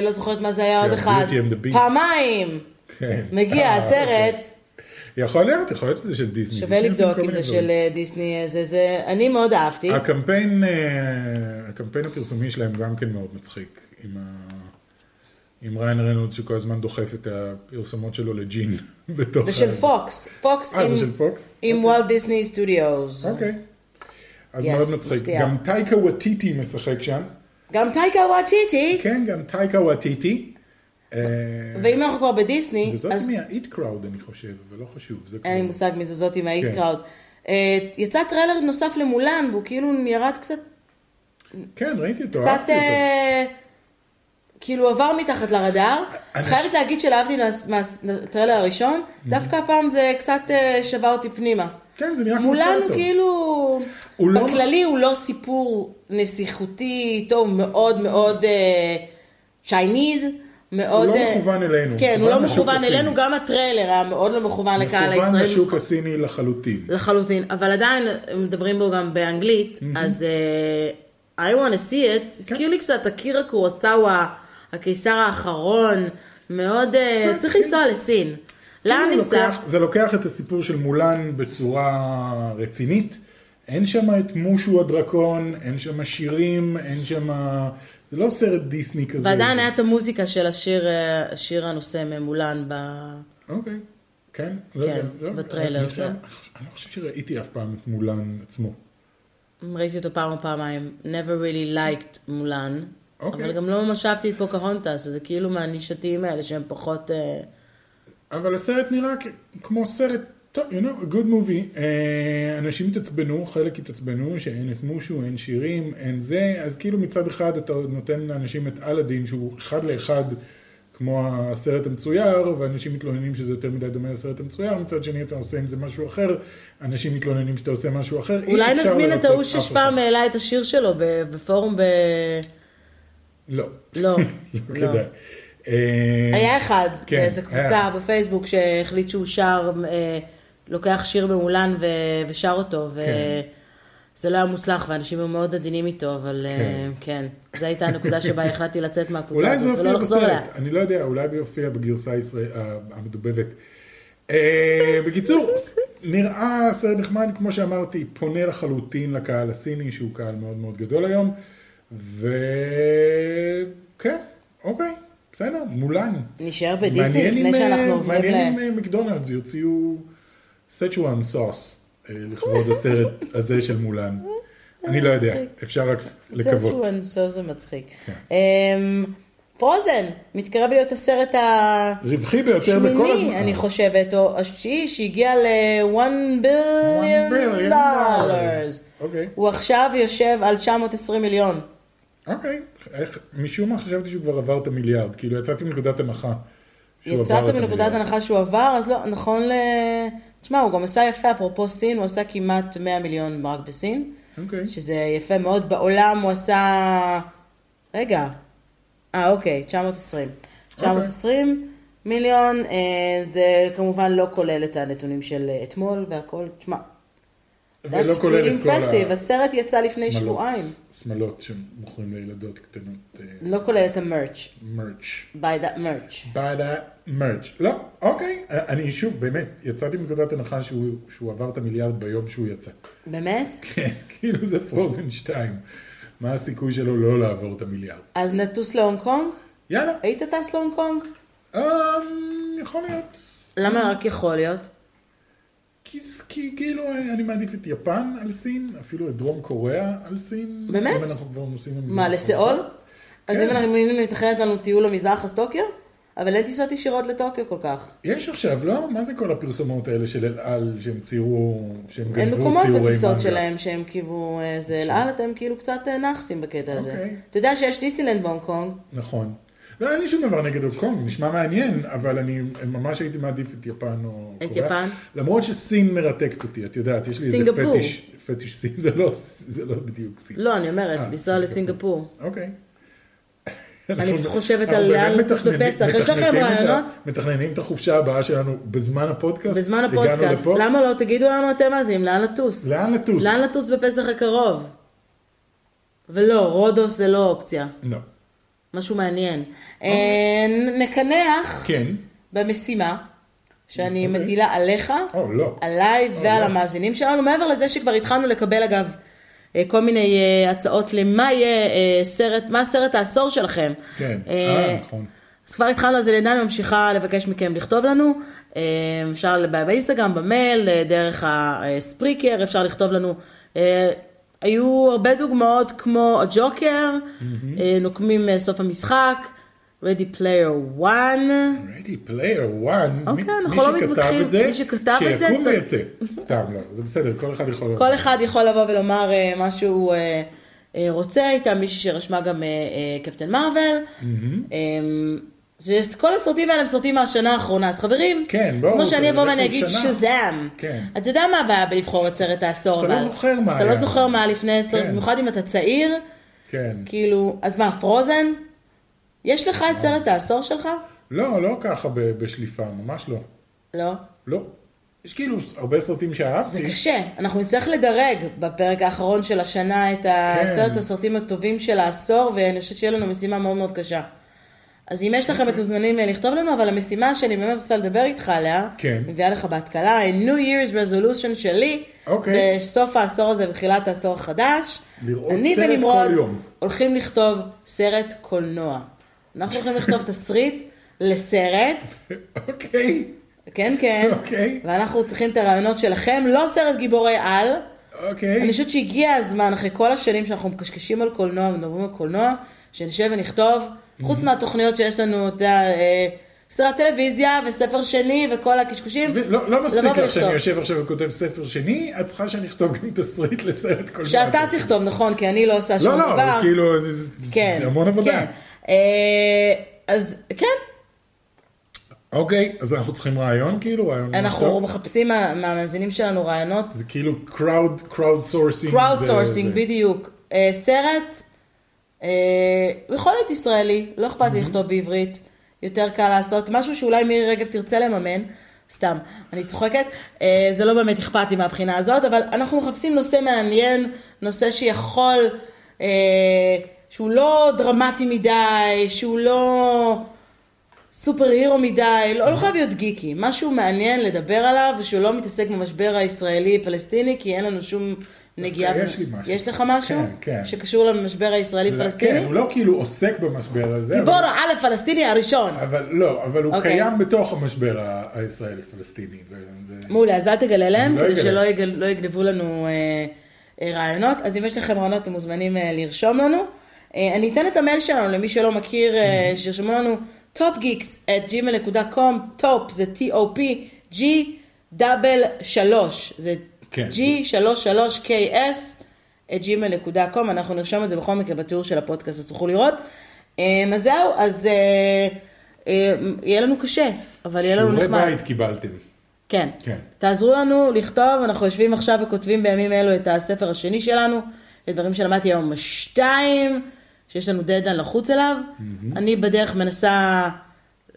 ולא זוכרת מה זה היה עוד
כן,
אחד,
Beauty and the Beast.
פעמיים
כן.
מגיע
אה,
הסרט,
אוקיי. יכול להיות, יכול להיות שזה של דיסני.
שווה
דיסני עושים
לבדוק
כל
אם
מיני
זה
דברים.
של אה, דיסני, אה, זה זה, אני מאוד אהבתי,
הקמפיין, אה, הקמפיין הפרסומי שלהם גם כן מאוד מצחיק, עם, ה... עם ריין רנולד שכל הזמן דוחף את הפרסומות שלו לג'ין בתוך...
זה של
ה-
פוקס, פוקס
אה,
עם-
זה של פוקס?
עם וולט דיסני סטודיוס,
אוקיי. אז
Yes,
מאוד מצחיק.
מפתיע.
גם טייקה וטיטי משחק שם.
גם טייקה וואטשיצ'י,
כן, גם טייקה וטיטי.
ואם אנחנו כבר בדיסני,
כן. וזאת
אז
מהאיט קראוד, אני חושב, ולא חשוב. זה
אין לי
כבר-
מושג מי זה זאתי מהאיט
כן.
קראוד, אה, יצא טריילר נוסף למולן והוא כאילו ירד קצת
כן, ראיתי אותו,
קצת
לא, אהבתי אותו.
אה, כאילו עבר מתחת לרדאר.
אני- Mhm.
חייבת להגיד שלהבדיל מה- מהטריילר הראשון, דווקא הפעם זה קצת אה, שבה אותי פנימה.
כן, זה נראה כמו
מולן
סרט
הוא
טוב.
כאילו,
הוא לא-
בכללי הוא לא סיפור נסיכותי טוב, הוא מאוד מאוד צ'ייניז. מאוד...
לא
אה,
מכוון אלינו,
כן, הוא
מכוון
לא
לשוק
מכוון
הסיני.
אלינו, גם הטריילר היה מאוד לא מכוון לקהל הישראלי.
מכוון לשוק הסיני לחלוטין.
לחלוטין, אבל עדיין מדברים בו גם באנגלית, אז אה, I want to see
כן.
it, הזכיר לי קצת אקירה קורוסאווה, הקיסר האחרון, מאוד, אה,
קצת,
צריך
כן.
לנסוע לסין. לאן
זה
ניסע?
לוקח- זה לוקח את הסיפור של מולן בצורה רצינית. אין שם את מושו הדרקון, אין שם שירים, אין שם... זה לא סרט דיסני כזה.
ועדיין היה את המוזיקה של השיר, אה, שיר הנושא ממולן ב...
אוקיי. כן? לא
כן,
יודע, לא-
בטריילר,
אני חושב-
כן.
אני לא חושב שראיתי אף פעם את מולן עצמו.
ראיתי אותו פעם או פעמיים, never really liked מולן,
אוקיי.
אבל גם לא ממש אהבתי את פוקהונטס, אז זה כאילו מהנישתיים האלה שהם פחות... אה,
אבל הסרט נראה כ- כמו סרט, טוב, you know, a good movie. אה, אנשים התעצבנו, חלק התעצבנו, שאין את מושו, אין שירים, אין זה, אז כאילו מצד אחד אתה נותן לאנשים את אלאדין, שהוא אחד לאחד כמו הסרט המצויר, ואנשים מתלוננים שזה יותר מדי דומה לסרט המצויר, מצד שני אתה עושה עם זה משהו אחר, אנשים מתלוננים שאתה עושה משהו אחר. אי
אולי
אפשר
נזמין את
לרצות
ההוא
אף אחד.
שפעם העלה את השיר שלו ב- בפורום ב...
לא,
לא.
לא
לא.
כדאי. אה,
היה אחד
כן,
באיזה
היה.
קבוצה בפייסבוק שהחליט שהוא שר, אה, לוקח שיר מעולן ו... ושר אותו,
כן.
וזה לא היה מוצלח, ואנשים היו מאוד עדינים איתו, אבל אה,
כן.
כן, זו הייתה הנקודה שבה החלטתי לצאת מהקבוצה
אולי זה
הזאת ולא
יופיע
לחזור אליה.
בסרט, אני לא יודע, אולי זה יופיע בגרסה הישראל- ה- המדובבת. אה, בקיצור, ס- נראה סרט נחמד, כמו שאמרתי, פונה לחלוטין לקהל הסיני, שהוא קהל מאוד מאוד גדול היום, וכן, אוקיי, בסדר, מולן.
נשאר בדיסני
מעניין
לפני
אם,
שאנחנו
אה,
עוברים ל...
מעניין אם אה, מקדונלדס יוציאו סצ'ואן סוס אה, לכבוד הסרט הזה של מולן. אני לא יודע, אפשר רק לקוות.
סרט סו זה מצחיק.
כן.
אמ, פרוזן, מתקרב להיות הסרט ה...
רווחי ביותר בכל הזמן.
שמיני, אני חושבת, או השביעי, שהגיע ל-1
billion
ביליון
dollars.
דולרס.
אוקיי.
הוא עכשיו יושב על 920 מיליון.
אוקיי, איך, משום מה חשבתי שהוא כבר עבר את המיליארד, כאילו יצאתי מנקודת הנחה. שהוא עבר
יצאת
את
מנקודת
המיליארד.
הנחה שהוא עבר, אז לא, נכון ל... תשמע, הוא גם עשה יפה, אפרופו סין, הוא עשה כמעט 100 מיליון רק בסין,
אוקיי,
שזה יפה מאוד. בעולם הוא עשה... רגע. אה, אוקיי, 920. 920 מיליון, אה, זה כמובן לא כולל את הנתונים של אה, אתמול והכל. תשמע,
ולא לא כולל את כל
impressive, הסרט יצא לפני
השמלות.
שבועיים.
שמלות שמוכרים לילדות קטנות, אה,
לא כולל את המרץ',
מרץ'.
by that merch.
בעדה מרץ'. לא, אוקיי, אני שוב, באמת, יצאתי מנקודת הנחה שהוא, שהוא עבר את המיליארד ביום שהוא יצא.
באמת?
כן, כאילו זה פרוזן 2. מה הסיכוי שלו לא לעבור את המיליארד?
אז נטוס להונג קונג?
יאללה,
היית טס להונג קונג?
אמ, יכול להיות.
למה רק יכול להיות?
כי, כי כאילו אני מעדיף את יפן על סין, אפילו את דרום קוריאה על סין.
באמת?
אם אנחנו כבר נוסעים למזרח.
מה, לסאול? אז
כן.
אם אנחנו היינו מתכננת לנו טיול למזרח אז טוקיו? אבל אין טיסות ישירות לטוקיו כל כך.
יש עכשיו, לא? מה זה כל הפרסומות האלה של אל על, שהם ציירו, שהם גנבו
אין
ציורי
מקומות
מנגה?
בטיסות שלהם שהם כאילו אה, זה אל על, אתם כאילו קצת אה, נאחסים בקטע הזה.
אוקיי.
אתה יודע שיש דיסנילנד בהונג קונג?
נכון. לא, אין לי שום דבר נגד הונג קונג, נשמע מעניין, אבל אני ממש הייתי מעדיף את יפן או
את
קוריאה.
יפן?
למרות שסין מרתקת אותי, את יודעת, יש לי איזה
סינגפור.
פטיש, פטיש סין, זה לא, זה לא בדיוק סין.
לא, אני
אה,
אומרת, לנסוע
סינגפור.
לסינגפור.
אוקיי.
אני חושבת
אנחנו
על
באמת
לאן לטוס
מתכננים-
בפסח. יש לכם
מתכננים את ה-
רעיונות?
מתכננים את החופשה הבאה שלנו בזמן הפודקאסט.
בזמן
הגענו
הפודקאסט.
לפה.
למה לא? תגידו לנו אתם מה זה, אם לאן לטוס.
לאן לטוס?
לאן לטוס בפסח הקרוב? ולא, רודוס זה לא אופציה.
לא.
משהו מעניין. אה, נקנח
כן.
במשימה שאני
אוקיי.
מטילה עליך,
או, לא.
אה, עליי ועל
לא.
המאזינים שלנו, מעבר לזה שכבר התחלנו לקבל אגב אה, כל מיני אה, הצעות למה יהיה אה, סרט, מה סרט העשור שלכם.
כן.
אה,
אה, נכון.
אז כבר התחלנו, אז אני עדיין ממשיכה לבקש מכם לכתוב לנו. אה, אפשר ב- באינסטגרם, במייל, אה, דרך הספריקר, אפשר לכתוב לנו. אה, היו הרבה דוגמאות כמו הג'וקר, אה, נוקמים אה, סוף המשחק, Ready Player One.
Ready Player One.
אוקיי,
מי-
אנחנו
מי
לא
שכתב
מתווכחים.
את זה,
מי שכתב את זה,
שיקום
צר-
ויצא. סתם לא, זה בסדר, כל אחד יכול...
כל אחד יכול לבוא ולומר אה, מה שהוא אה, אה, רוצה, הייתה מישהי שרשמה גם אה, אה, אמ, קפטן מרוויל. שכל הסרטים האלה הם סרטים מהשנה האחרונה, אז חברים,
כן, בואו,
כמו שאני אבוא
תלכו
ואני אגיד
שנה.
שזאם,
כן.
אתה יודע מה הבעיה בלבחור את סרט העשור,
שאתה לא
אבל?
זוכר מה
אתה
היה.
לא זוכר מה היה לפני עשר,
כן.
במיוחד אם אתה צעיר,
כן.
כאילו, אז מה, פרוזן? יש לך את סרט העשור שלך?
לא, לא ככה ב- בשליפה, ממש לא.
לא.
לא. יש כאילו הרבה סרטים שאהבתי.
זה קשה, אנחנו נצטרך לדרג בפרק האחרון של השנה את
כן.
עשרת הסרטים הטובים של העשור, ואני חושבת שיהיה לנו משימה מאוד מאוד קשה. אז אם יש לכם,
אוקיי.
אתם מוזמנים לכתוב לנו, אבל המשימה שאני באמת רוצה לדבר איתך עליה,
כן.
אני מביאה לך בהתקלה, ה- New Year's Resolution שלי,
אוקיי.
בסוף העשור הזה ותחילת העשור החדש,
לראות
אני
סרט
ונמרוד
כל יום.
הולכים לכתוב סרט קולנוע. אנחנו הולכים לכתוב תסריט לסרט,
אוקיי.
כן כן,
אוקיי.
ואנחנו צריכים את הרעיונות שלכם, לא סרט גיבורי על,
אוקיי.
אני חושבת שהגיע הזמן, אחרי כל השנים שאנחנו מקשקשים על קולנוע ומדברים על קולנוע, שנשב ונכתוב,
Mm-hmm.
חוץ מהתוכניות שיש לנו, אתה יודע, אה, סרט טלוויזיה וספר שני וכל הקשקושים.
לא, לא מספיק
לבוא
לך שאני
ולכתוב.
יושב עכשיו וכותב ספר שני, את צריכה שאני אכתוב גם תסריט לסרט קולנוע.
שאתה תכתוב, נכון, כי אני לא עושה שום
לא,
דבר.
לא, כאילו, זה-
כן.
זה המון עבודה.
כן. אה, אז כן,
אוקיי, אז אנחנו צריכים רעיון כאילו, רעיון
אנחנו
טוב?
מחפשים מה- מהמאזינים שלנו רעיונות.
זה כאילו crowd, crowd sourcing.
crowd sourcing,
זה-
בדיוק. אה, סרט, אה, הוא יכול להיות ישראלי, לא אכפת לי לכתוב בעברית, יותר קל לעשות, משהו שאולי מירי רגב תרצה לממן, סתם, אני צוחקת, אה, זה לא באמת אכפת לי מהבחינה הזאת, אבל אנחנו מחפשים נושא מעניין, נושא שיכול, אה, שהוא לא דרמטי מדי, שהוא לא... סופר הירו מדי, לא, לא חייב להיות גיקי, משהו מעניין לדבר עליו, ושהוא לא מתעסק במשבר הישראלי-פלסטיני, כי אין לנו שום נגיעה.
יש לי משהו.
יש לך משהו?
כן, כן.
שקשור למשבר הישראלי-פלסטיני?
כן, הוא לא כאילו עוסק במשבר הזה.
גיבור
אבל-
העל הפלסטיני הראשון.
אבל לא, אבל הוא
אוקיי.
קיים בתוך המשבר ה- הישראלי-פלסטיני. וזה-
מעולה, אז אל תגלה להם,
לא
כדי
אגלה.
שלא יגל, לא יגנבו לנו אה, אה, רעיונות. אז אם יש לכם רעיונות, אתם מוזמנים אה, לרשום לנו. אה, אני אתן את המייל שלנו למי שלא מכיר,
Mm-hmm.
אה, שירשמו לנו topgeeks at gmail.com, top זה top, g דאבל שלוש, זה
כן.
g שלוש שלוש ks at gmail.com, אנחנו נרשום את זה בכל מקרה בתיאור של הפודקאסט, אז תוכלו לראות. אה, אז זהו, אז אה, אה, יהיה לנו קשה, אבל יהיה לנו לא נחמד.
שיעורי לא בית קיבלתם.
כן.
כן.
תעזרו לנו לכתוב, אנחנו יושבים עכשיו וכותבים בימים אלו את הספר השני שלנו, את דברים שלמדתי היום שתיים, שיש לנו דדליין לחוץ אליו. אני בדרך מנסה,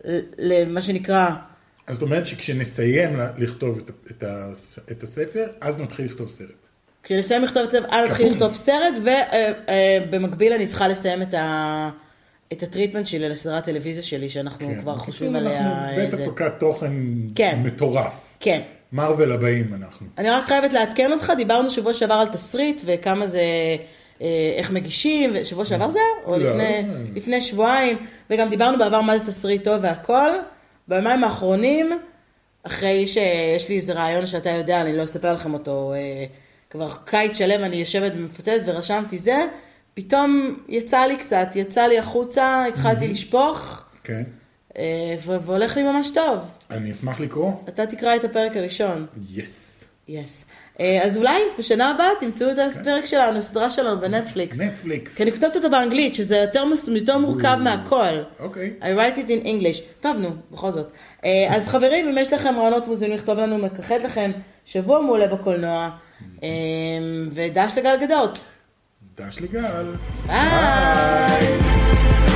ל- למה שנקרא,
אז זאת אומרת שכשנסיים ל- לכתוב את ה- את ה- את הספר, אז נתחיל לכתוב סרט.
כשנסיים לכתוב את זה, אז נתחיל לכתוב סרט, ובמקביל אני צריכה לסיים את ה... את הטריטמנט שלי לסדרת טלוויזיה שלי, שאנחנו
כן.
כבר חושבים
בקיצור, אנחנו
עליה.
בית
איזה-
הפקת תוכן
כן.
מטורף.
כן.
מרוויל הבאים אנחנו.
אני רק חייבת לעדכן אותך, דיברנו שבוע שעבר על תסריט וכמה זה, אה, איך מגישים, ושבוע שעבר זה היה? או
לא,
לפני,
לא.
לפני שבועיים, וגם דיברנו בעבר מה זה תסריט טוב והכל. ביומיים האחרונים, אחרי שיש לי איזה רעיון שאתה יודע, אני לא אספר לכם אותו, אה, כבר קיץ שלם אני יושבת ומפוצצת ורשמתי זה, פתאום יצא לי קצת, יצא לי החוצה, התחלתי לשפוך,
כן.
אה, ו- והולך לי ממש טוב.
אני אשמח לקרוא.
אתה תקרא את הפרק הראשון.
יס.
יס. אה, אז אולי בשנה הבאה תמצאו את הפרק שלנו, הסדרה שלנו בנטפליקס.
נטפליקס.
כי אני כותבת אותו באנגלית, שזה יותר, מס- יותר מורכב מהכל.
אוקיי.
I write it in English. טוב, נו, בכל זאת. אה, אז חברים, אם יש לכם רעיונות מוזמנים לכתוב לנו, מכחד לכם שבוע מעולה בקולנוע, אה, ודש לגל גדות.
דש לגל.
ביי!